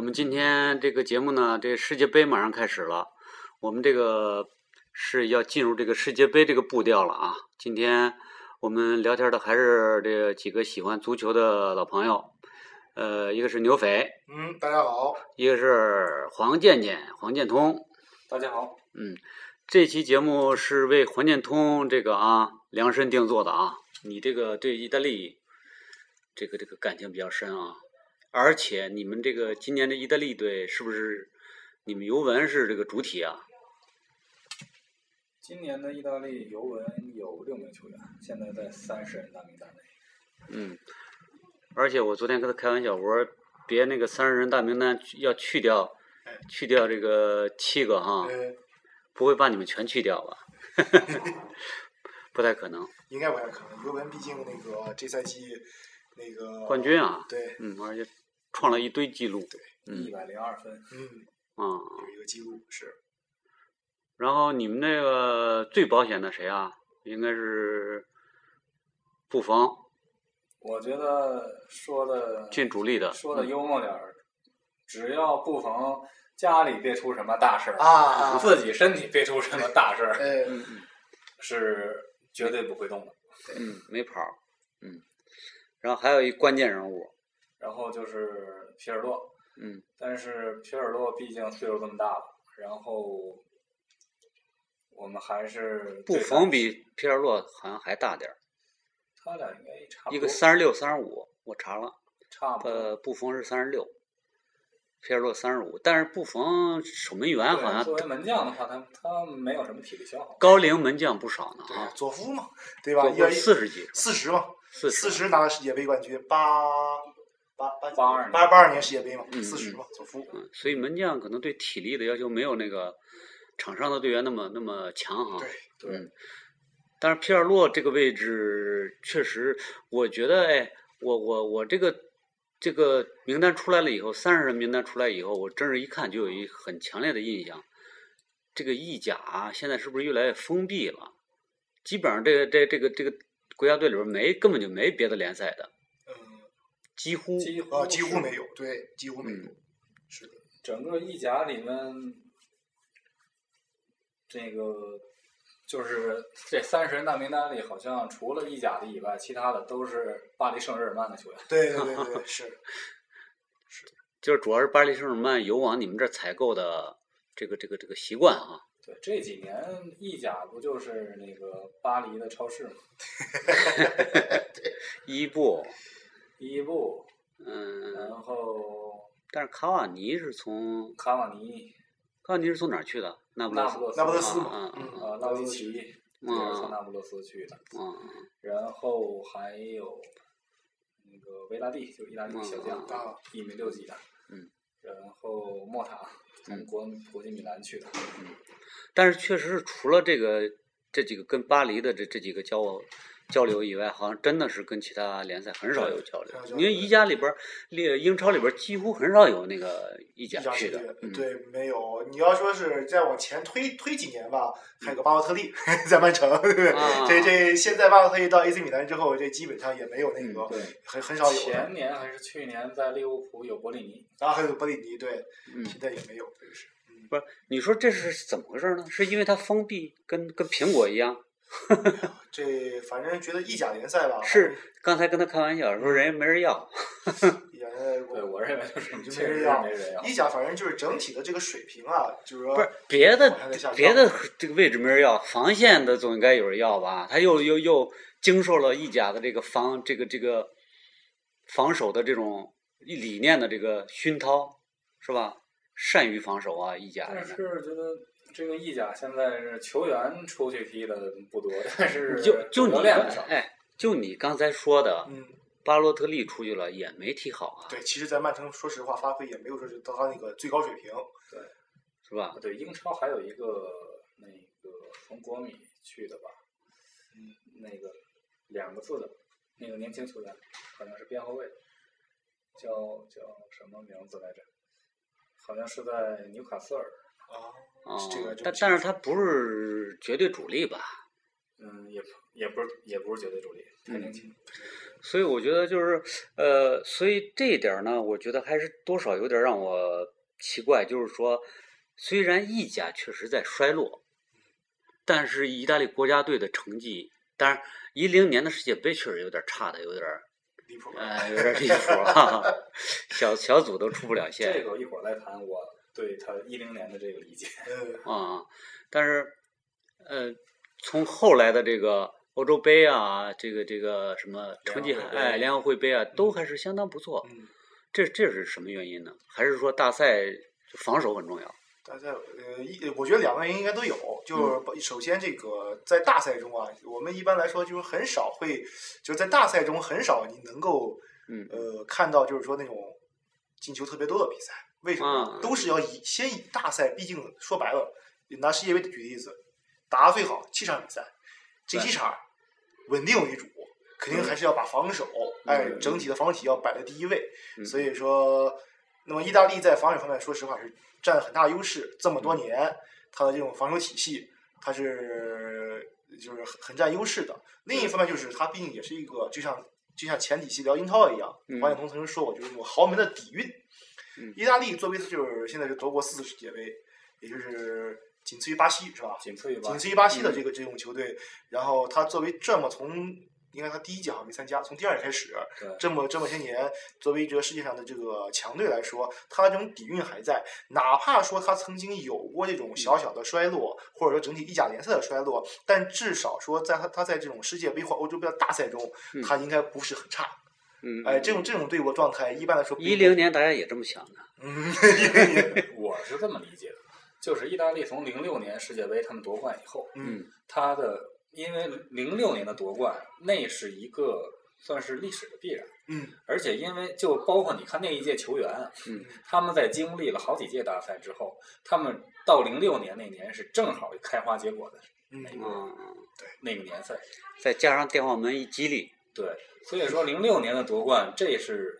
们今天这个节目呢，这世界杯马上开始了，我们这个是要进入这个世界杯这个步调了啊。今天我们聊天的还是这几个喜欢足球的老朋友，呃，一个是牛匪，嗯，大家好，一个是黄健健、黄健通。大家好，嗯，这期节目是为黄健通这个啊量身定做的啊。你这个对意大利这个这个感情比较深啊，而且你们这个今年的意大利队是不是你们尤文是这个主体啊？今年的意大利尤文有六名球员，现在在三十人大名单内。嗯，而且我昨天跟他开玩笑，我说别那个三十人大名单去要去掉，去掉这个七个哈，呃，不会把你们全去掉吧？ 不太可能，应该不太可能。尤文毕竟那个这赛季那个冠，军啊，对，嗯，而且创了一堆记录，嗯一百零二分，嗯，啊、有一个记录是，然后你们那个最保险的谁啊？应该是布冯我觉得说的进主力的，嗯说的幽默点儿，只要布冯家里别出什么大事儿啊自己身体别出什么大事儿， 呃，嗯嗯是绝对不会动的。嗯，没跑儿，嗯，然后还有一关键人物，然后就是皮尔洛，嗯但是皮尔洛毕竟岁数这么大了，然后我们还是布对他冯比皮尔洛好像还大点儿，他俩应该也差不多一个三十六，三十五，我查了，差不多。呃，布冯是三十六，皮尔洛三十五，但是布冯守门员好对像作为门将的话，他他没有什么体力消耗。高龄门将不少呢对啊，，佐夫嘛，对吧？不也四十几，四十嘛，四四十，十拿了世界杯冠军，八八八八二年八八二年世界杯嘛，嗯四十嘛，佐夫，嗯，所以门将可能对体力的要求没有那个场上的队员那么那么强哈。对，对嗯，但是皮尔洛这个位置确实，我觉得哎，我我我这个这个名单出来了以后，三十人名单出来以后，我真是一看就有一很强烈的印象，这个意甲啊现在是不是越来越封闭了？基本上这个这这个这个国家队里边没根本就没别的联赛的，嗯，几乎几乎啊，几乎是没有，对，几乎没有，是的，整个意甲里面，这个就是这三十人大名单里，好像除了意甲的以外，其他的都是巴黎圣日耳曼的球员。对对对对，是，就是主要是巴黎圣日耳曼有往你们这儿采购的这个这个这个习惯啊，对，这几年意甲不就是那个巴黎的超市吗？伊布，伊布，嗯，然后但是卡瓦尼是从卡瓦尼、卡瓦尼是从哪儿去的？那不那勒斯不勒斯、那不勒斯啊嘛，啊嗯，啊，拉维奇也是从那不勒斯去的。啊，然后还有那个维拉蒂，就意大利的小将，啊一米六几的，嗯，然后莫塔从嗯国国际米兰去的，但是确实是除了这个这几个跟巴黎的这这几个交交流以外，好像真的是跟其他联赛很少有交流很少，交流因为意甲里边儿、列英超里边儿几乎很少有那个意甲意甲去世的界，，嗯，对，没有。你要说是再往前推推几年吧，还有个巴洛特利 在曼城，对不对？嗯啊这这现在巴洛特利到 AC 米兰之后，这基本上也没有那个、嗯对。很很少有前年还是去年在利物浦有伯里尼，然后还有伯里尼，对，嗯现在也没有，这个是。嗯不是，你说这是怎么回事呢？是因为它封闭，跟跟苹果一样，这反正觉得意甲联赛吧，是刚才跟他开玩笑说人家没人要，意甲联赛对我我认为就是就确没实人是要没人要。意甲反正就是整体的这个水平啊，就是说不是别的往下再下降别的这个位置没人要，防线的总应该有人要吧？他又又又经受了意甲的这个防这个这个防守的这种理念的这个熏陶，是吧？善于防守啊，意甲但人是觉得这个意甲现在是球员出去踢的不多，但是就就你主教练不少。哎，就你刚才说的，嗯，巴洛特利出去了也没踢好啊，对，其实，在曼城，说实话，发挥也没有说是到他那个最高水平。啊是吧？啊对，英超还有一个那个从国米去的吧，嗯，那个两个字的，那个年轻球员，好像是边后卫，叫叫什么名字来着？好像是在纽卡斯尔，啊，啊、这个这个但但是他不是绝对主力吧？嗯，也不也不是也不是绝对主力，太年轻。所以我觉得就是呃，所以这一点儿呢，我觉得还是多少有点儿让我奇怪，就是说，虽然意甲确实在衰落，但是意大利国家队的成绩，当然一零年的世界杯确实有点儿差的，有点儿离谱。呃，有点儿离谱啊， 小小组都出不了线。这个一会儿再谈我对他一零年的这个理解。嗯，啊，但是，呃，从后来的这个欧洲杯啊，这个这个什么成绩联还，合会杯哎，联合会杯啊，都还是相当不错。嗯这这是什么原因呢？还是说大赛防守很重要？大家呃，一我觉得两个原因应该都有。就是首先，这个在大赛中啊，我们一般来说就是很少会，就是在大赛中很少你能够嗯，呃看到就是说那种进球特别多的比赛。为什么呢？嗯都是要以先以大赛，毕竟说白了，拿世界杯举例子，打到最好七场比赛，这对七场稳定为主，肯定还是要把防守，嗯哎，整体的防守体要摆在第一位。嗯所以说，那么意大利在防守方面，说实话是占很大优势。这么多嗯年，它的这种防守体系，它是就是很很占优势的。另一方面，就是它毕竟也是一个，就像就像前几期聊英超一样，嗯王晓彤曾经说过，就是那种豪门的底蕴。嗯意大利作为就是现在是夺过四次世界杯，也就是仅次于巴西，是吧？仅次于吧仅，次于巴西的嗯这个这种球队，然后他作为这么从，应该他第一届好像没参加，从第二届开始，对，这么这么些年，作为这个世界上的这个强队来说，他这种底蕴还在，哪怕说他曾经有过这种嗯小小的衰落，或者说整体意甲联赛的衰落，但至少说在他他在这种世界杯或欧洲杯的大赛中嗯，他应该不是很差。嗯，哎，这种这种队伍的状态，一般来说不一零，年大家也这么想的。嗯，我是这么理解的，就是意大利从零六年世界杯他们夺冠以后，嗯，他的因为零六年的夺冠，那是一个算是历史的必然。嗯，而且因为就包括你看那一届球员，嗯，他们在经历了好几届大赛之后，他们到零六年那年是正好开花结果的嗯那个嗯，那个年份，再加上电话门一激励，对，所以说零六年的夺冠，这是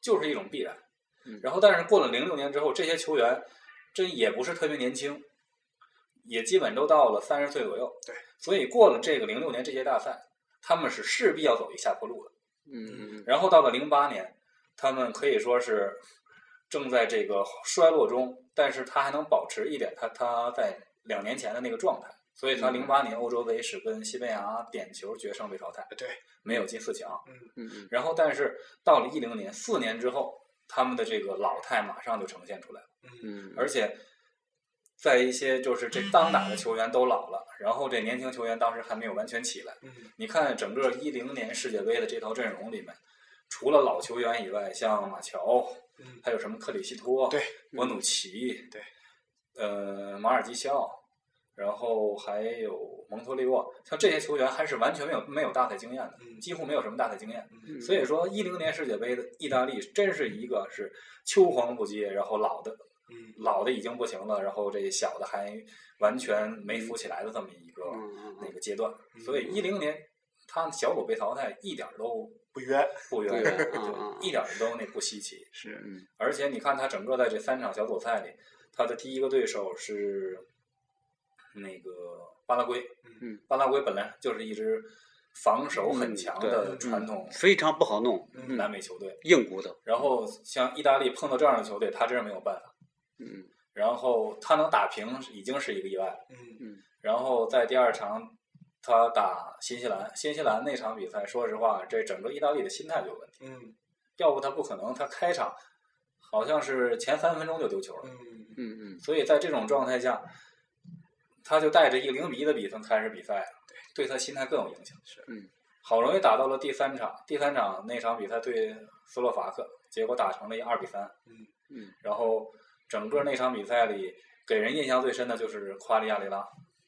就是一种必然嗯。然后，但是过了零六年之后，这些球员这也不是特别年轻，也基本都到了三十岁左右。对，所以过了这个零六年这届大赛，他们是势必要走一下坡路的。嗯嗯然后到了零八年，他们可以说是正在这个衰落中，但是他还能保持一点他他在两年前的那个状态。所以他嗯零八年欧洲杯是跟西班牙点球决胜被淘汰， 对，没有进四强。嗯嗯然后，但是到了一零年，四年之后，他们的这个老态马上就呈现出来了，嗯，而且在一些就是这当打的球员都老了，然后这年轻球员当时还没有完全起来。嗯你看整个一零年世界杯的这套阵容里面，除了老球员以外，像马乔，嗯，还有什么克里希托、对，嗯博努奇，对，呃，马尔基肖，然后还有蒙托利沃，像这些球员还是完全没有没有大赛经验的，嗯几乎没有什么大赛经验。嗯所以说，一零年世界杯的意大利真是一个是秋黄不接，然后老的嗯老的已经不行了，然后这小的还完全没扶起来的这么一个、嗯嗯那个阶段。嗯所以一零年他小组被淘汰一点儿都不冤，不冤，不冤对嗯嗯嗯一点儿都那不稀奇。是嗯而且你看他整个在这三场小组赛里，他的第一个对手是那个巴拉圭，嗯，巴拉圭本来就是一支防守很嗯强对的嗯传统非常不好弄，嗯南美球队。硬骨头，然后像意大利碰到这样的球队，他真是没有办法。嗯然后他能打平已经是一个意外了。嗯嗯然后在第二场，他打新西兰，新西兰那场比赛，说实话，这整个意大利的心态就有问题，嗯要不他不可能，他开场好像是前三分钟就丢球了。嗯嗯嗯所以在这种状态下，他就带着一个零比一的比分开始比赛了，对他心态更有影响。是嗯，好容易打到了第三场，第三场那场比赛对斯洛伐克，结果打成了一二比三。嗯嗯，然后整个那场比赛里，给人印象最深的就是夸利亚雷拉，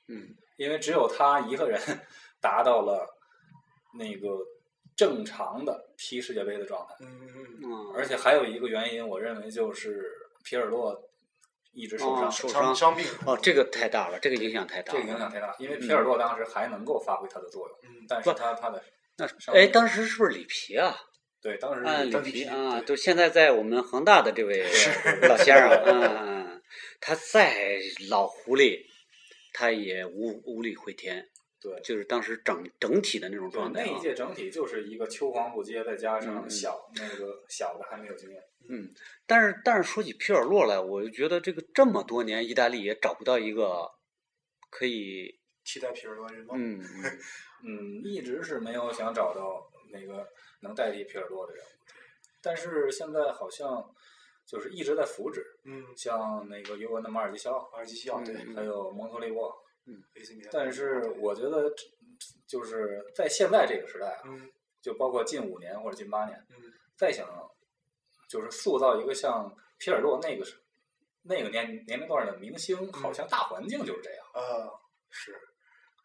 嗯因为只有他一个人达到了那个正常的踢世界杯的状态。嗯嗯，嗯，而且还有一个原因，我认为就是皮尔洛一直受伤，哦受啊伤伤伤病，哦，这个太大了，这个影响太大这了，个影响太大，因为皮嗯尔洛当时还能够发挥他的作用，嗯但是他他的那上哎，面当时是不是里皮啊？对当时啊，是里张皮皮啊，对就现在在我们恒大的这位是 老先生，嗯，嗯他再老狐狸，他也无无力回天。对就是当时整整体的那种对，状态那啊一。届整体就是一个秋黄不接，再加上嗯小那个小的还没有经验，但是但是说起皮尔洛来，我就觉得这个这么多年，意大利也找不到一个可以替代皮尔洛的人吗？嗯嗯嗯，一直是没有想找到那个能代替皮尔洛的人物，但是现在好像就是一直在扶植，嗯，像那个尤文的马尔基肖，阿尔基西奥对嗯还有蒙托利沃， ，AC 米兰。但是我觉得这就是在现在这个时代啊，嗯就包括近五年或者近八年，嗯再想就是塑造一个像皮尔洛那个时那个年年龄段的明星，嗯好像大环境就是这样。呃是，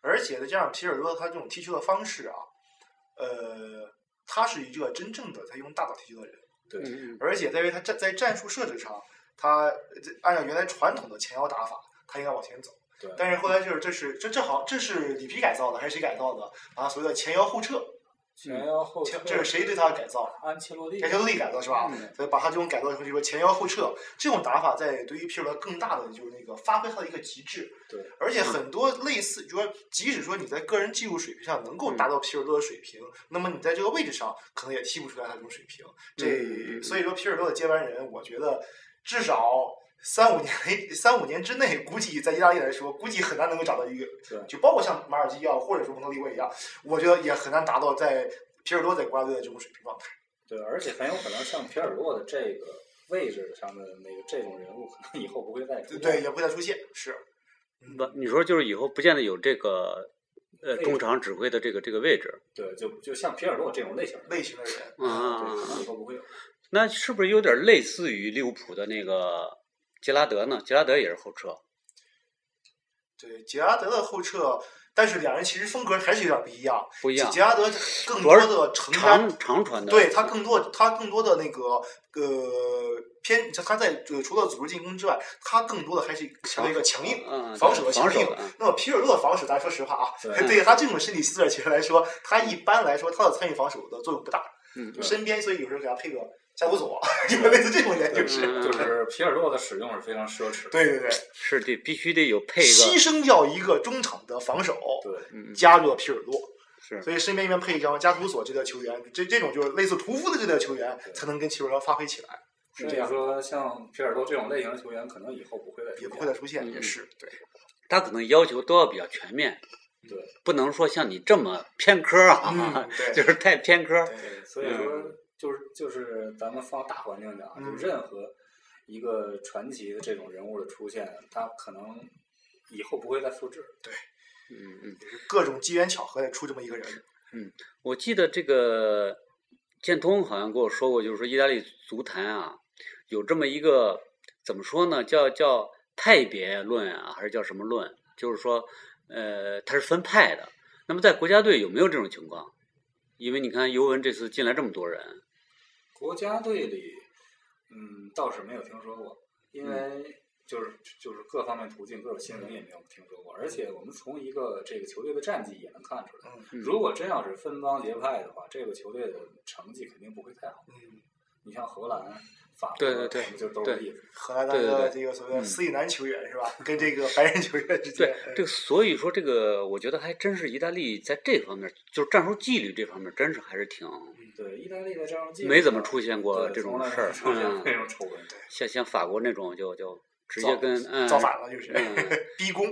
而且呢，这样皮尔洛他这种踢球的方式啊，呃，他是一个真正的在用大脑踢球的人，对，嗯，而且在于他战在战术设置上，他呃这按照原来传统的前腰打法，他应该往前走。对但是后来就是这是这这好这是里皮改造的还是谁改造的？啊，所谓的前腰后撤，前腰后前撤，这是谁对他的改造？安切洛蒂嗯改。球力改造是吧？所以把他这种改造成这个前腰后撤这种打法，在对于皮尔洛更大的就是那个发挥他的一个极致。对，而嗯且很多类似，就说即使说你在个人技术水平上能嗯够达到皮尔洛的水平，那么你在这个位置上可能也踢不出来他这种水平。嗯嗯这嗯所以说皮尔洛的接班人，我觉得至少。三五年，三五年之内，估计在意大利来说，估计很难能够找到一个对，就包括像马尔基奥或者说蒙特利沃一样，我觉得也很难达到在皮尔洛在国家队的这种水平状态。对，而且很有可能像皮尔洛的这个位置上的那个这种人物，可能以后不会再出对现。对，也不会再出现。是，嗯不，你说就是以后不见得有这个呃位中置场指挥的这个这个位置，对，就就像皮尔洛这种类型的人类型的人，嗯嗯啊对，嗯可能以后不会有。那是不是有点类似于利物浦的那个杰拉德呢？杰拉德也是后撤，对杰拉德的后撤，但是两人其实风格还是有点不一样。不一杰样，杰拉德更主多要是的承担，长长传的，对他更多他更多的那个呃偏，他在呃除了组织进攻之外，他更多的还是强调一个强硬。嗯，嗯防对守和防强守硬的，嗯那么皮尔洛的防守，咱说实话啊，对对于他这种身体素质球员来说，他一般来说他的参与防守的作用不大。嗯对身边所以有时候给他配个夏普索， 就类似这种人，就是嗯就是皮尔洛的使用是非常奢侈的。对对对，是得必须得有配一牺个，牲掉一个中场的防守，对，嗯，嗯加入了皮尔洛。是所以身边一边配一张加图索这类球员，这这种就是类似屠夫的这类球员，才能跟齐尔洛发挥起来，是所这以样，说像皮尔洛这种类型的球员，可能以后不会再出也现。不会再出现，嗯也是 对，他可能要求都要比较全面，对，不能说像你这么偏科啊，嗯，对， 就是太偏科，对，所以说就是就是咱们放大环境讲啊，就嗯任何一个传奇的这种人物的出现，他可能以后不会再复制。嗯嗯。各种机缘巧合得出这么一个人，我记得这个建通好像跟我说过，就是说意大利足坛啊，有这么一个怎么说呢，叫叫派别论啊，还是叫什么论？就是说，呃，它是分派的。那么在国家队有没有这种情况？因为你看尤文这次进来这么多人，国家队里，嗯，倒是没有听说过，因嗯为就是就是各方面途径、各种新闻也没有听说过，而且我们从一个这个球队的战绩也能看出来，嗯嗯如果真要是分帮结派的话，这个球队的成绩肯定不会太好。嗯，你像荷兰、法国，对对对就都是例子。荷兰对对的对这个所谓的嗯斯里兰球员是吧， 跟这个白人球员之间呃对，这个所以说这个，我觉得还真是意大利在这方面，就是战术纪律这方面，真是还是挺对，意大利的这样技术没怎么出现过对这种从来没事儿。出现那嗯，种丑闻。像像法国那种就就直接造跟嗯造反了就是 嗯逼宫，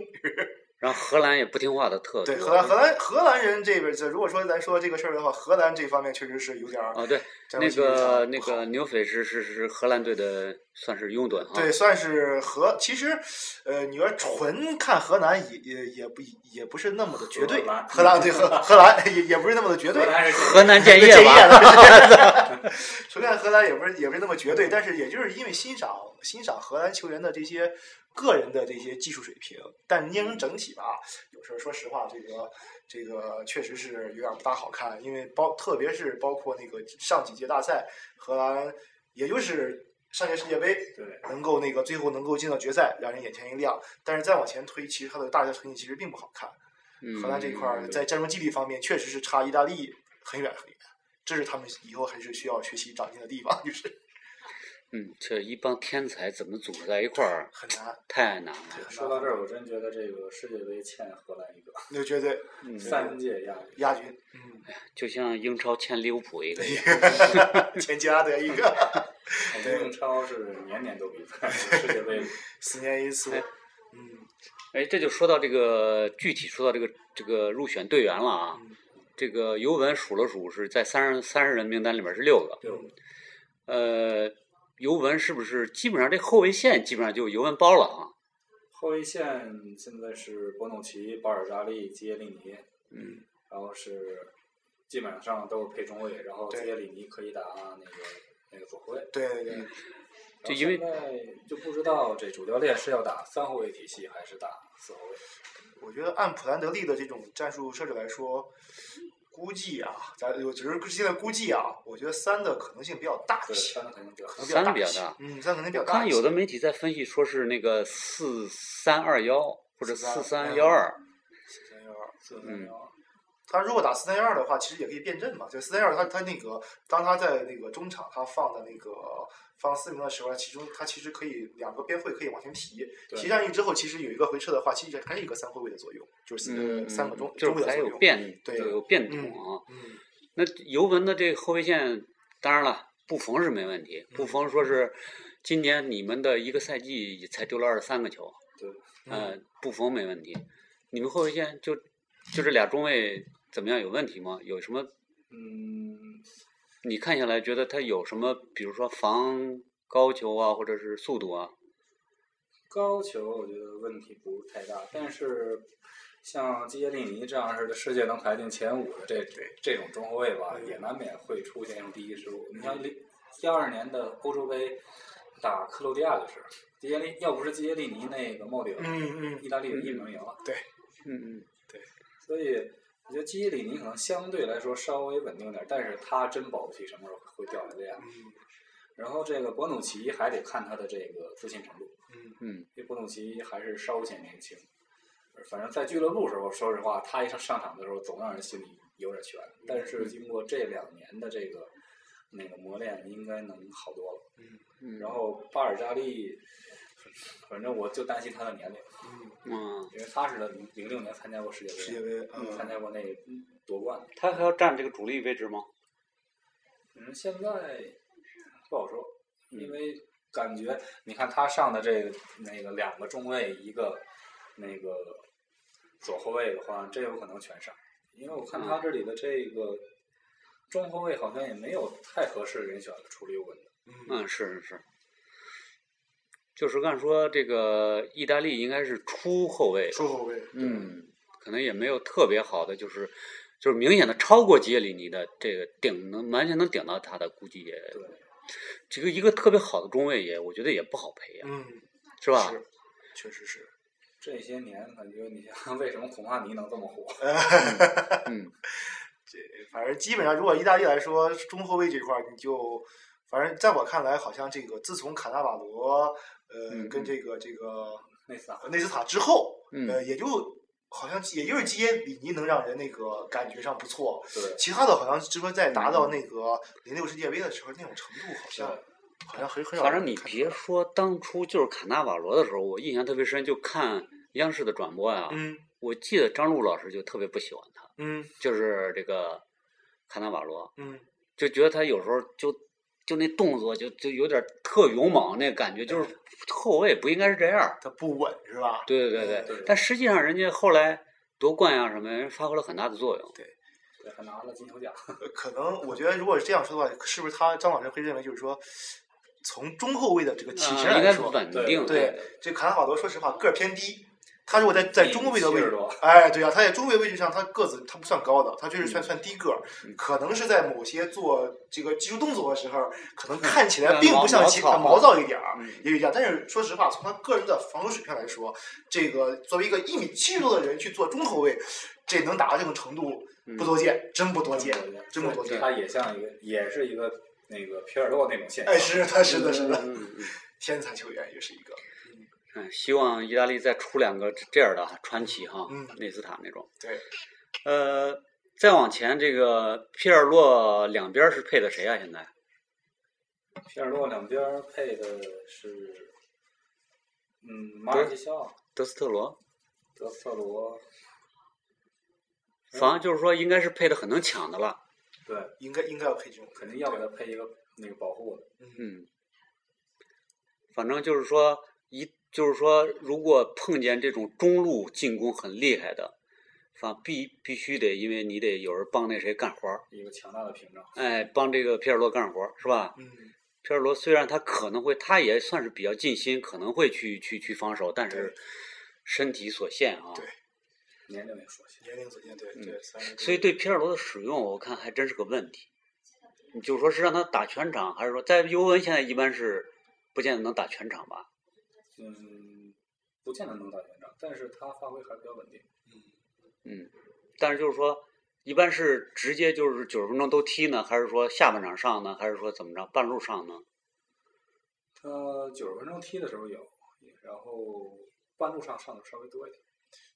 然后荷兰也不听话的特多。对荷兰荷兰荷兰人这边，如果说咱说这个事儿的话，荷兰这方面确实是有点儿哦，对，战那术性有点儿个不那好个牛匪是是是荷兰队的算是拥趸啊。对，，算是荷。其实，呃，你要纯看荷兰也也也不也不是那么的绝对荷兰，荷兰对荷荷兰也也不是那么的绝对荷。兰是河南建 这业一吧。眼 的纯看荷兰也不是也不是那么绝对，但是也就是因为欣赏欣赏荷兰球员的这些个人的这些技术水平，但捏成整体吧，有时候说实话，这个这个确实是有点不大好看，因为包特别是包括那个上几届大赛，荷兰也就是上届世界杯对能够那个最后能够进到决赛，让人眼前一亮。但是再往前推，其实他的大家成绩其实并不好看。嗯荷兰这一块儿对在战术纪律方面确实是差意大 利很远很远，这是他们以后还是需要学习长进的地方。就是嗯，这一帮天才怎么组合在一块儿，很难，太难了。很说难到这儿，我真觉得这个世界杯欠荷兰一个那绝对嗯，三届亚军。亚军，嗯，就像英超欠利物浦 一个一样。前加的一个， 我们英超是年年都比赛，世界杯四年一次，嗯，哎，这就说到这个具体说到这个这个入选队员了啊。嗯这个尤文数了数是在三十三十人名单里面是六个。六个呃，尤文是不是基本上这后卫线基本上就尤文包了啊？后卫线现在是博努奇、保尔扎利、基耶利尼，嗯，然后是基本上都是配中卫，然后基对耶里尼可以打那个那个左后卫。对对对，嗯就因为然后现在就不知道这主教练是要打三后卫体系还是打四后卫。我觉得按普兰德利的这种战术设置来说，估计啊，咱我只是现在估计啊，我觉得三的可能性比较大一对，些，三个肯定比较好可能三大比较一些大嗯，三可能比较我大看一有些。的媒体在分析说是那个四三二幺或者四三幺二。四三幺二，四三幺。他如果打四三幺二的话，其实也可以变阵嘛。就四三幺二，他他那个当他在那个中场他放的那个放四名的时候，其中他其实可以两个边会可以往前提，对提上去之后，其实有一个回撤的话，其实还有一个三后卫的作用，就是四个、嗯，三个中就中卫是的还作有用。变，对有变动啊。嗯，那尤文的这个后卫线，当然了，布冯是没问题。嗯布冯说是今年你们的一个赛季才丢了二十三个球，对，呃，嗯布冯没问题。你们后卫线就就这俩中卫怎么样？有问题吗？有什么？嗯，你看下来觉得他有什么？比如说防高球啊，或者是速度啊？高球我觉得问题不是太大，但是像基耶利尼这样似的，世界能排进前五的这这这种中后卫吧，也难免会出现这种第一失误。你像零一二年的欧洲杯打克罗地亚就是，基耶利要不是基耶利尼那个帽顶，嗯嗯，意大利一比零赢了。嗯嗯，所以我觉得基耶里尼可能相对来说稍微稳定点儿，但是他真保不齐什么时候会掉下来啊。嗯然后这个博努奇还得看他的这个自信程度，嗯嗯，因为博努奇还是稍显年轻。呃反正在俱乐部时候，说实话，他一上上场的时候总让人心里有点悬，嗯但是经过这两年的这个那个磨练，应该能好多了。嗯然后巴尔扎利，反正我就担心他的年龄，嗯，嗯，因为他是零零六年参加过世界杯，世界杯，嗯，参加过那个夺冠，他还要占这个主力位置吗？嗯，现在不好说，因为感觉你看他上的这个那个两个中卫，一个那个左后卫的话，这有可能全上，因为我看他这里的这个中后卫好像也没有太合适的人选处理尤文的。嗯，是是是，就是按说这个意大利应该是出后卫，出后卫，嗯，可能也没有特别好的，就是就是明显的超过杰里尼的这个顶能完全能顶到他的，估计也对，这个一个特别好的中卫也，我觉得也不好培养，嗯，是吧？是，确实是，这些年感觉你像 为什么孔帕尼能这么火？ 嗯，反正基本上，如果意大利来说，中后卫这块儿，你就反正在我看来，好像这个自从卡纳瓦罗呃、嗯跟嗯这个这个内斯塔内斯塔之后，嗯呃，也就好像也就是基耶里尼能让人那个感觉上不错，对，其他的好像只说在达嗯到那个零六世界杯的时候那种程度，好像对好像很很少。反正你别，说当初就是卡纳瓦罗的时候，我印象特别深，就看央视的转播呀、嗯我记得张璐老师就特别不喜欢他，嗯就是这个卡纳瓦罗，嗯，就觉得他有时候就就那动作就就有点特勇猛那感觉，就是后卫不应该是这样。他不稳是吧？对对对嗯对但实际上人家后来夺冠呀、什么，人发挥了很大的作用。对，还拿了金球奖。呃可能我觉得，如果是这样说的话，是不是他张老师会认为就是说，从中后卫的这个体型啊应来该说，稳对定。对，这卡纳瓦罗说实话个儿偏低，他如果在在一中米卫的位70置多，哎，对呀、他在中卫位置上，他个子他不算高的，他就是算算低个儿嗯，可能是在某些做这个技术动作的时候，可能看起来嗯并毛不像毛其糙他毛躁一点儿。嗯也有一样，但是说实话，从他个人的防守水平来说，这个作为一个一米七十多的人去做中后卫，这能达到这种程度嗯不多见，真不多见，真不多见。他也像一个，也是一个那个皮尔洛那种现象。哎，是他是的，是的，嗯嗯天才球员也是一个，嗯，希望意大利再出两个这样的啊传奇哈，嗯内斯塔那种。对，呃，再往前，这个皮尔洛两边是配的谁啊？现在皮尔洛两边儿配的是，嗯，马尔基肖、德斯特罗，德斯特罗，反正就是说应该是配的很能抢的了。对，应该应该要配这种，肯定要给他配一个那个保护的。嗯，反正就是说一就是说，如果碰见这种中路进攻很厉害的，反必必须得，因为你得有人帮那谁干活儿，一个强大的屏障。哎，帮这个皮尔洛干活儿是吧？嗯，皮尔罗虽然他可能会，他也算是比较尽心，可能会去去去防守，但是对身体所限啊。对年龄也说起，年龄所限，对对，三十多嗯所以对皮尔罗的使用，我看还真是个问题。你就说是让他打全场，还是说在尤文现在一般是不见得能打全场吧？嗯，不见得能打全场，但是他发挥还比较稳定。嗯，但是就是说，一般是直接就是九十分钟都踢呢，还是说下半场上呢，还是说怎么着半路上呢？他九十分钟踢的时候有，然后半路上上的稍微多一点。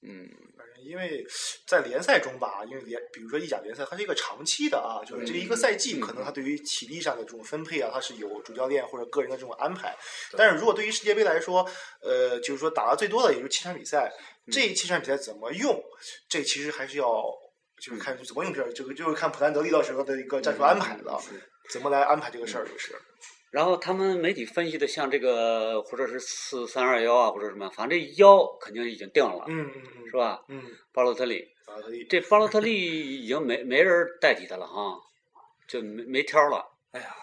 嗯，反正因为在联赛中吧，因为联比如说意甲联赛，它是一个长期的啊，就是这一个赛季，嗯可能它对于体力上的这种分配啊，它是有主教练或者个人的这种安排。对但是如果对于世界杯来说，呃，就是说打的最多的也就是七场比赛，嗯这七场比赛怎么用，这其实还是要嗯就是看怎么用这这个就是看普兰德利到时候的一个战术安排了，嗯怎么来安排这个事儿就是。然后他们媒体分析的，像这个或者是四三二幺啊，或者什么，反正这腰肯定已经定了，嗯嗯嗯是吧？嗯，巴洛特利，打的这巴洛特利已经没没人代替他了哈，就没没挑了。哎呀，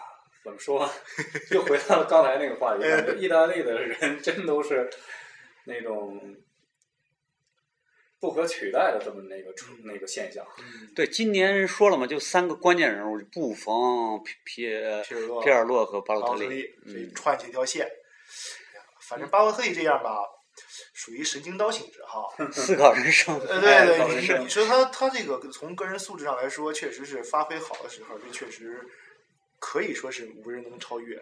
怎么说？ 又回到了刚才那个话题，感觉意大利的人真都是那种不可取代的这么那个出那个现象。对，今年说了嘛，就三个关键人物：布冯、皮皮皮尔洛皮尔洛和巴巴洛洛特特利。利，所以串起一条线。哎呀反正巴洛特利这样吧，属于神经刀性质哈。思考人生。呃，哎 对倒对，是你是你说他他这个从个人素质上来说，确实是发挥好的时候，这确实可以说是无人能超越。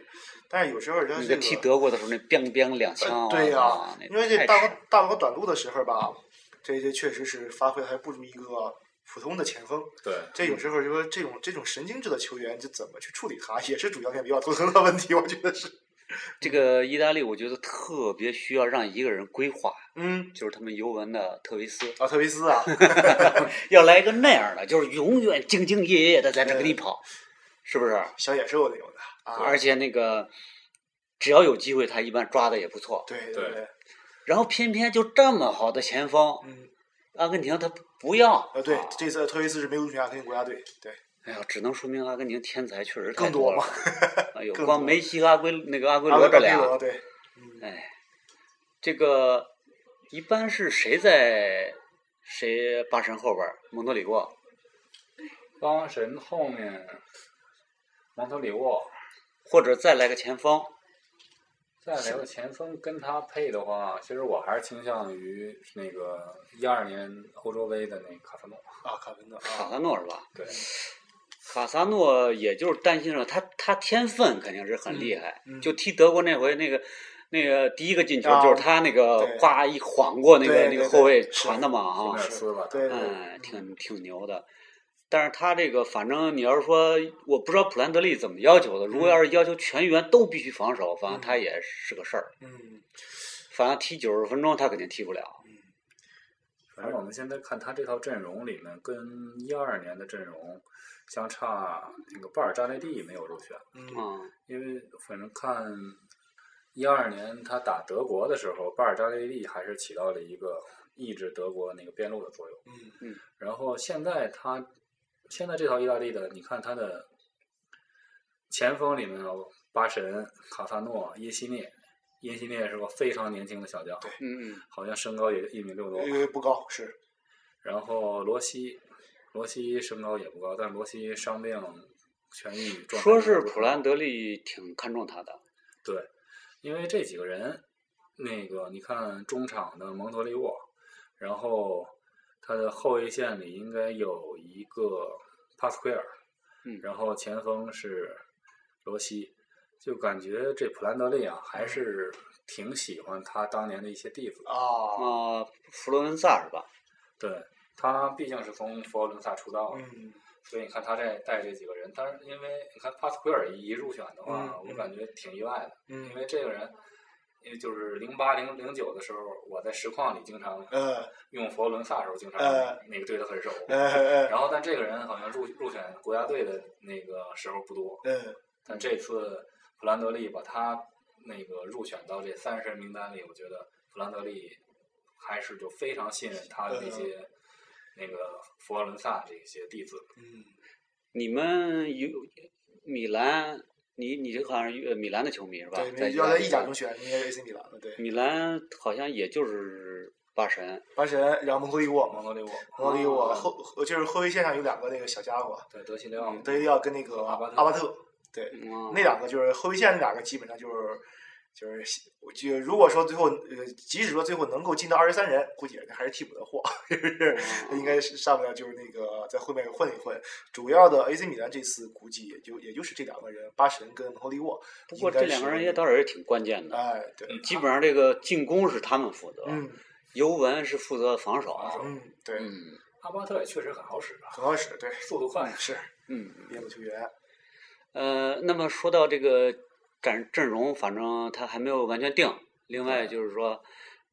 但是有时候他那这个个踢德国的时候，那 biang biang 两枪、呃对呀、呀、那因为这太大神高大高短路的时候吧，这这确实是发挥还不如一个普通的前锋。对，这有时候就说这种这种神经质的球员，就怎么去处理他，也是主教练比较头疼的问题，我觉得是。这个意大利，我觉得特别需要让一个人规划，嗯，就是他们尤文的特维斯，啊，特维斯啊，要来一个那样的，就是永远兢兢业业的在这给你跑，是不是？小野兽那种的啊，而且那个只要有机会，他一般抓的也不错。对对对，然后偏偏就这么好的前锋，嗯，阿根廷他不要。呃，对啊，这次特维斯是没有入选阿根廷国家队，对，哎呀，只能说明阿根廷天才确实太更多了嘛。哎呦， 更光多梅西和阿圭那个阿圭阿罗圭这阿俩圭，罗对，哎，这个一般是谁在谁八神后边儿？蒙德里沃，帮神后面，蒙特里沃或者再来个前锋，再来个前锋跟他配的话，其实我还是倾向于那个一二年欧洲杯的那卡萨诺。啊，卡文的卡啊，萨诺是吧？对，卡萨诺也就是担心了，他他天分肯定是很厉害，嗯嗯就踢德国那回那个。那个第一个进球啊就是他那个对呱一晃过那个对那对个对后卫是传的嘛啊，梅尔斯吧，对对，哎，挺挺牛的。但是他这个，反正你要是说，我不知道普兰德利怎么要求的。如果嗯要是要求全员都必须防守，反正他也是个事儿。嗯，反正踢九十分钟，他肯定踢不了。反正我们现在看他这套阵容里面，跟一二年的阵容相差，那个巴尔扎内蒂没有入选，嗯，嗯，因为反正看一二年他打德国的时候，巴尔扎内蒂还是起到了一个抑制德国那个边路的作用。嗯然后现在他现在这套意大利的，你看他的前锋里面有巴神、卡萨诺、耶希涅，耶希涅是个非常年轻的小将，对嗯嗯，好像身高也一米六多。呃，不高是，然后罗西，罗西身高也不高，但罗西伤病痊愈，状态说也是不普错兰德利挺看重他的。对，因为这几个人，那个你看中场的蒙托利沃，然后他的后卫线里应该有一个帕斯奎尔，嗯然后前锋是罗西，就感觉这普兰德利啊，还是挺喜欢他当年的一些弟子。啊，啊，佛罗伦萨是吧？对他毕竟是从佛罗伦萨出道的，嗯，所以你看他这带这几个人，但是因为你看帕斯奎尔一入选的话，嗯我嗯感觉挺意外的，因嗯，为这个人，因为就是零八零零九的时候，我在实况里经常呃用佛罗伦萨的时候，经常呃那个对他很熟。呃呃然后，但这个人好像入入选国家队的那个时候不多，呃，但这次弗兰德利把他那个入选到这三十人名单里，我觉得弗兰德利还是就非常信任他的那些、那个佛罗伦萨这些弟子。嗯你们有米兰，你你这好像是米兰的球迷是吧？对，意你大要在利意甲中选，应该是 AC 米兰的，对，米兰好像也就是八神，啊巴神，然后蒙托利沃嘛蒙，托利沃，蒙托利沃哦啊后嗯后就是后卫线上有两个那个小家伙，嗯对德西利奥，德约利奥跟那个阿阿巴特巴特，对，嗯，那两个就是后卫线那两个基本上就是。就是我就如果说最后呃，即使说最后能够进到二十三人，估计也还是替补的货， 就是他应该是上不了，就是那个在后面混一混。主要的 AC 米兰这次估计也就也就是这两个人，巴神跟蒙托利沃。不过这两个人也倒是也挺关键的，哎，对，基本上这个进攻是他们负责，嗯尤文是负责防守，防守嗯，对，嗯阿巴特也确实很好使啊，很好使，对，速度快，是嗯。边路球员。呃，那么说到这个战阵容，反正它还没有完全定。另外就是说，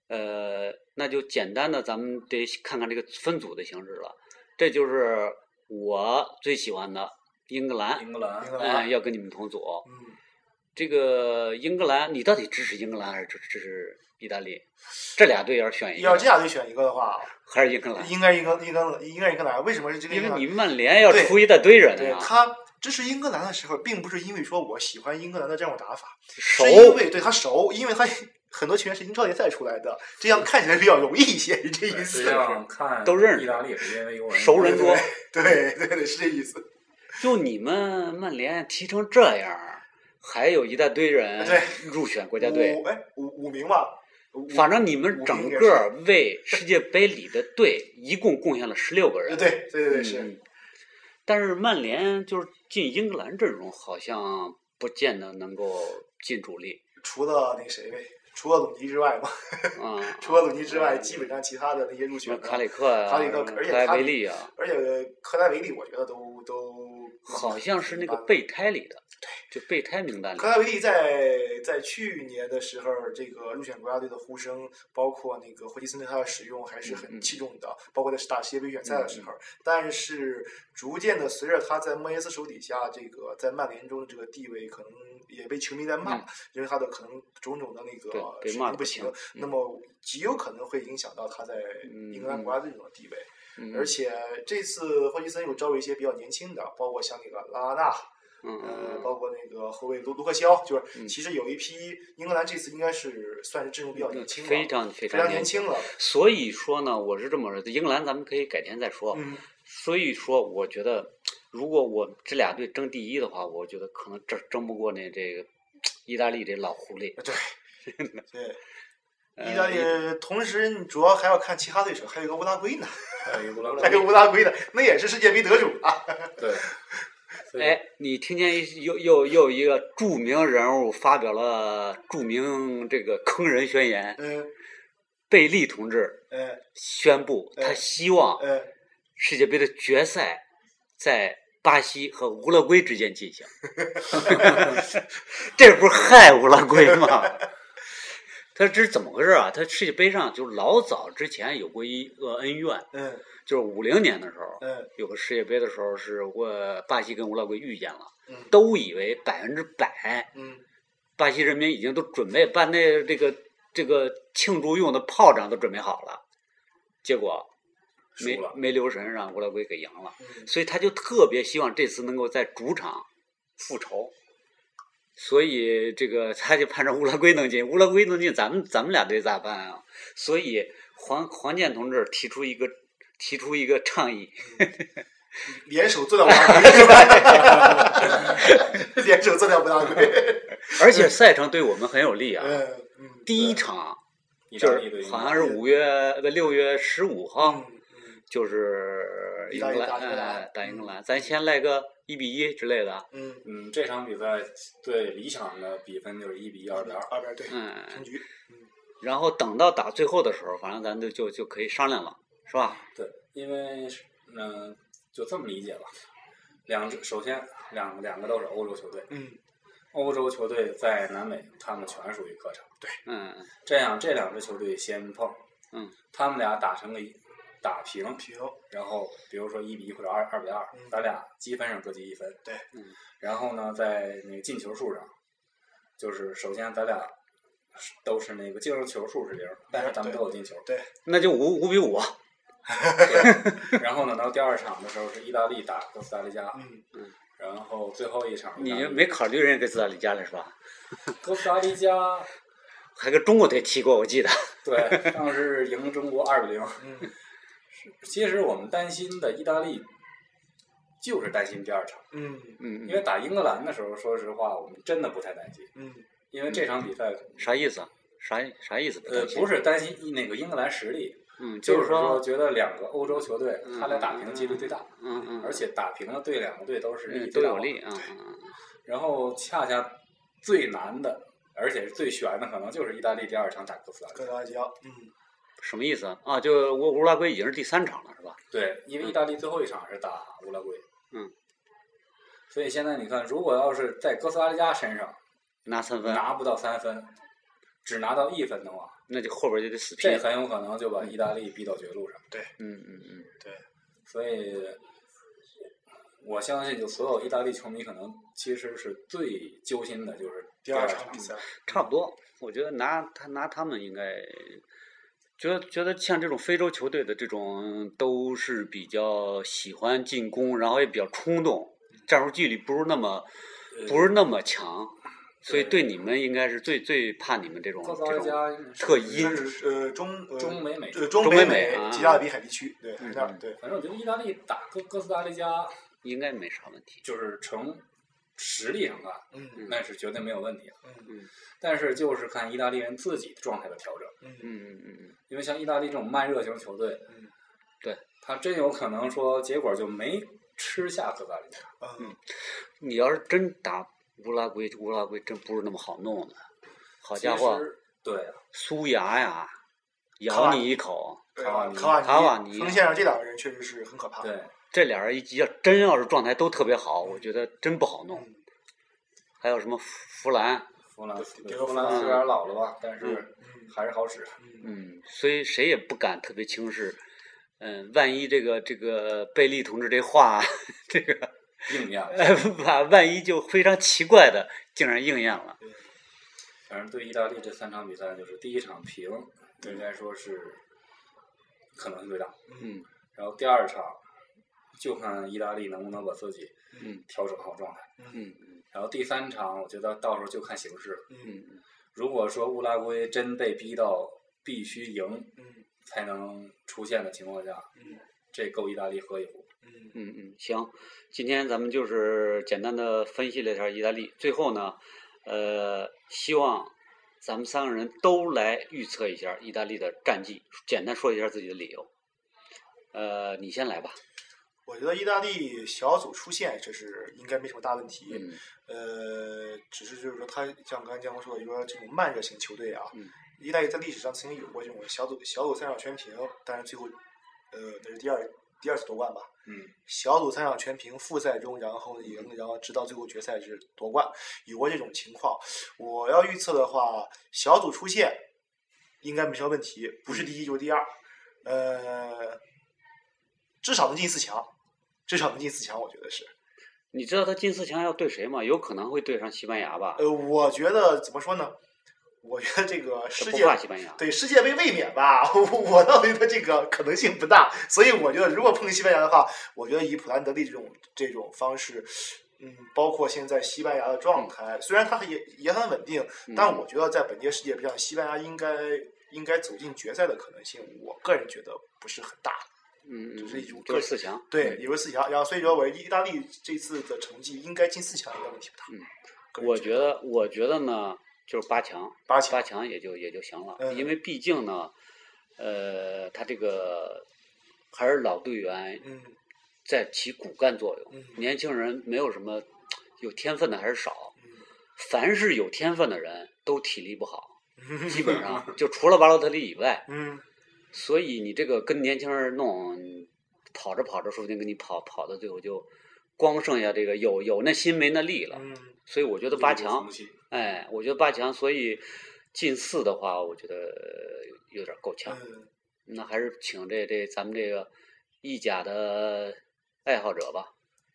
呃，那就简单的，咱们得看看这个分组的形式了。这就是我最喜欢的英格兰，英格兰英格哎、兰要跟你们同组。嗯，这个英格兰，你到底支持英格兰还是支支持意大利？这俩队要是选一要个这，俩队选一个的话，还是英格兰？应该英格英格应该英格兰。为什么是这个因英格为兰？你们曼联要对出一大堆人对啊，他支持英格兰的时候，并不是因为说我喜欢英格兰的战术打法，熟是因为对他熟，因为他 很多球员是英超联赛出来的，这样看起来比较容易一些，是这意实思际。上看都认识意大利是因为有熟人多，对对对，是这意思。就你们曼联踢成这样儿，还有一大堆人对入选国家队五，哎五五名吧，五反正你们五整应该个儿为世界杯里的队一共贡献了十六个对人。呃对对对是。嗯，但是曼联就是进英格兰阵容，好像不见得能够进主 力除了那谁呗，除了鲁尼之外嘛，啊。除了鲁尼之外，基本上其他的那些入什么选的卡里克啊，卡里克而且莱他维利啊，而且科莱维利，我觉得都都好像是那个一般备胎里的，就备胎名单里科。莱维利在在去年的时候，这个入选国家队的呼声，包括那个霍奇森对他的使用还是嗯很嗯器重的，包括在打世界杯预选赛的时候。但是逐渐的，随着他在莫耶斯手底下这个在曼联中的这个地位，可能也被球迷在骂，嗯因为他的可能种种的那个对被水骂得嗯平不不行轻，那么极有可能会影响到他在英格兰国家队中的地位。嗯而且这次霍奇森有招入一些比较年轻的，包括像那个拉拉纳。嗯呃，嗯包括那个后卫卢卢克肖，就是嗯其实有一批英格兰这次应该是算是阵容比较年轻了，嗯非常非非常年年轻了。所以说呢，我是这么说，英格兰咱们可以改天再说。嗯，所以说，我觉得如果我这俩队争第一的话，我觉得可能争争不过那这个意大利这老狐狸。对，呃意大利同时你主要还要看其他对手，还有一个乌拉圭呢，还有一个乌拉 哎还有圭，乌拉圭呢，那也是世界杯得主啊。对，所以哎，你听见一又又又一个著名人物发表了著名这个坑人宣言，嗯贝利同志嗯宣布他哎希望嗯，世界杯的决赛在巴西和乌拉圭之间进 行，这不是害乌拉圭吗？他这是怎么回事啊？他世界杯上就老早之前有过一个恩怨，嗯就是五零年的时候，嗯有个世界杯的时候是我巴西跟乌拉圭遇见了嗯，都以为百分之百嗯，巴西人民已经都准备把那这个这个庆祝用的炮仗都准备好了，结果没输了哎没留神让乌拉圭给赢了。嗯所以他就特别希望这次能够在主场复仇，所以这个他就盼着乌拉圭能进，乌拉圭能进，咱们咱们俩队咋办啊？所以黄黄健同志提出一个提出一个倡议，联手做掉乌拉圭 是吧？联手做掉乌拉圭。而且赛程对我们很有利 啊。嗯嗯，第一场意大就利对是英格好兰像是五月不六月十五号，嗯嗯就是英格意兰大利打英格兰哎打英格兰，咱先来个一比一之类的，啊嗯，嗯，这场比赛对理想的比分就是一比一、二比二。二边对嗯，平局。然后等到打最后的时候，反正咱就就就可以商量了，是吧？对，因为是嗯、就这么理解吧。两支首先两两个都是欧洲球队，嗯，欧洲球队在南美他们全属于客场，嗯嗯这样这两支球队先碰，嗯，他们俩打成个一打平，平，然后比如说一比一或者二二比二嗯，咱俩积分上各积一分。对嗯然后呢，在那个进球数上，就是首先咱俩是都是那个进球数是零，但是咱们对都有进球。那就五五比五， 对。然后呢，到第二场的时候是意大利打哥斯达黎加，嗯，然后最后一场你意大就利没考虑人家哥斯达黎加了是吧？哥斯达黎加，还跟中国队踢过，我记得。对，当时赢中国二比零。嗯，其实我们担心的意大利，就是担心第二场，嗯，嗯因嗯，为打英格兰的时候，说实话，我们真的不太担心。嗯，因为这场比赛，啥意思啊？啥啥意思？呃，不，是担心英那个英格兰实力，嗯，就是说说，觉得两个欧洲球队嗯他俩打平几率最大，嗯嗯，而且打平了对两个队都是嗯利都最大有化。利啊，嗯嗯嗯然后恰恰最难的，而且是最悬的，可能就是意大利第二场打哥斯达黎哥加。斯达黎加，嗯，什么意思啊？啊，就乌乌拉圭已经是第三场了是吧？对，因为意大利最后一场是打乌拉圭。嗯。所以现在你看，如果要是在哥斯达黎加身上拿三分，拿不到三分，只拿到一分的话，那就后边就得死拼这。很有可能就把意大利逼到绝路上。嗯嗯嗯，所以，我相信就所有意大利球迷可能其实是最揪心的就是第二二场比赛，差不多。我觉得拿他拿他们应该，觉得觉得像这种非洲球队的这种都是比较喜欢进攻，然后也比较冲动，战术纪律不是那么呃不是那么强，所以对对你们应该是最最怕你们这种哥斯达这黎种。加应该是特一这是呃中呃中美美，呃中中北北美啊吉拉比海地区，对，嗯那儿对，反正我觉得意大利打哥哥斯达黎加应该没啥问题。就是从实力上看嗯那是绝对没有问题的，嗯嗯但是就是看意大利人自己状态的调整，嗯嗯嗯嗯嗯，因为像意大利这种慢热型球队，嗯对，他真有可能说结果就没吃下哥斯达黎加，嗯，你要是真打乌拉圭，乌拉圭真不是那么好弄的。好家伙其，实，对啊，苏牙呀，卡瓦咬你一口，对啊卡瓦尼卡瓦卡瓦尼锋线上这两个人确实是很可怕，对，这俩人一要真要是状态都特别好，我觉得真不好弄。嗯，还有什么弗兰，弗兰别说弗弗兰兰虽然老了吧，但是嗯还是好使。嗯嗯，所以谁也不敢特别轻视。嗯，万一这个这个贝利同志这话，这个硬 验，呃， 把万一就非常奇怪的竟然应验了。反正对意大利这三场比赛，就是第一场平，应该说是可能性最大。嗯，然后第二场就看意大利能不能把自己嗯调整好状态。嗯然后第三场，我觉得到时候就看形势。嗯嗯如果说乌拉圭真被逼到必须赢嗯才能出线的情况下，嗯这够意大利喝一壶。嗯嗯嗯，行，今天咱们就是简单的分析了一下意大利。最后呢，呃，希望咱们三个人都来预测一下意大利的战绩，简单说一下自己的理由。呃，你先来吧。我觉得意大利小组出线这是应该没什么大问题，嗯呃，只是就是说他像刚才江红说的，就是说这种慢热型球队啊，嗯意大利在历史上曾经有过这种小组小组赛场全平，但是最后，呃，那是第二第二次夺冠吧，嗯，小组赛场全平，复赛中然后赢，然后直到最后决赛是夺冠，有过这种情况。我要预测的话，小组出线应该没什么问题，不嗯是第一就是第二，呃，至少能进四强，至少能进四强，我觉得是。你知道他进四强要对谁吗？有可能会对上西班牙吧？呃，我觉得怎么说呢？我觉得这个他世不界怕西班牙。对世界杯卫冕吧，我我倒觉得这个可能性不大，所以我觉得如果碰西班牙的话，我觉得以普兰德利这种这种方式，嗯，包括现在西班牙的状态，虽然他也也很稳定，但我觉得在本届世界杯上，西班牙应该应该走进决赛的可能性，我个人觉得不是很大。嗯嗯，就是一种嗯就是四强。对，也为四强，然后所以说，我觉得意大利这次的成绩应该进四强，应该问题不大。嗯个人我觉得，我觉得呢，就是八强。八强八，强也就也就行了，嗯因为毕竟呢，呃，他这个还是老队员嗯在起骨干作用，嗯年轻人没有什么有天分的还是少，嗯凡是有天分的人都体力不 好，嗯基本上就除了巴洛特利以外，嗯所以你这个跟年轻人弄，跑着跑着，说不定给你跑跑到最后就光剩下这个有有那心没那力了，嗯，所以我觉得八强，哎，我觉得八强，所以进四的话，我觉得呃有点够呛。嗯，那还是请这这咱们这个意甲的爱好者吧，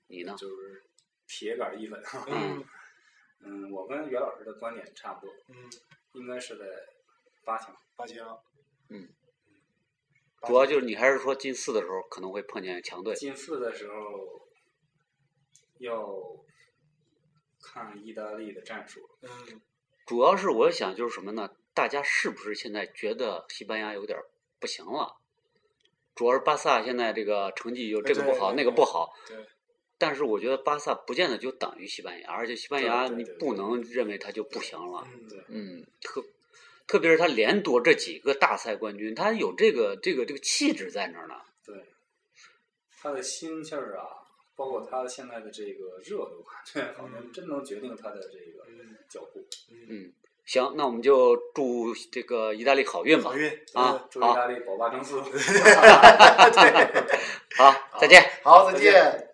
你呢？就是铁杆一粉哈。嗯 嗯，我跟袁老师的观点差不多，嗯，应该是在八强。八强，嗯八强，主要就是你还是说进四的时候可能会碰见强队，进四的时候要看意大利的战术，嗯主要是我想就是什么呢？大家是不是现在觉得西班牙有点儿不行了？主要是巴萨现在这个成绩有这个不好，呃对对那个不好。对。但是我觉得巴萨不见得就等于西班牙，而且西班牙对对你对对不能认为他就不行了。嗯对嗯，特特别是他连夺这几个大赛冠军，他有这个这个这个气质在那儿呢。对，他的心气儿啊，包括他现在的这个热度，感觉好像真能决定他的这个嗯脚步。嗯，嗯，行，那我们就祝这个意大利好运吧好。运啊祝意大利保八争四。好，再见。好，再见。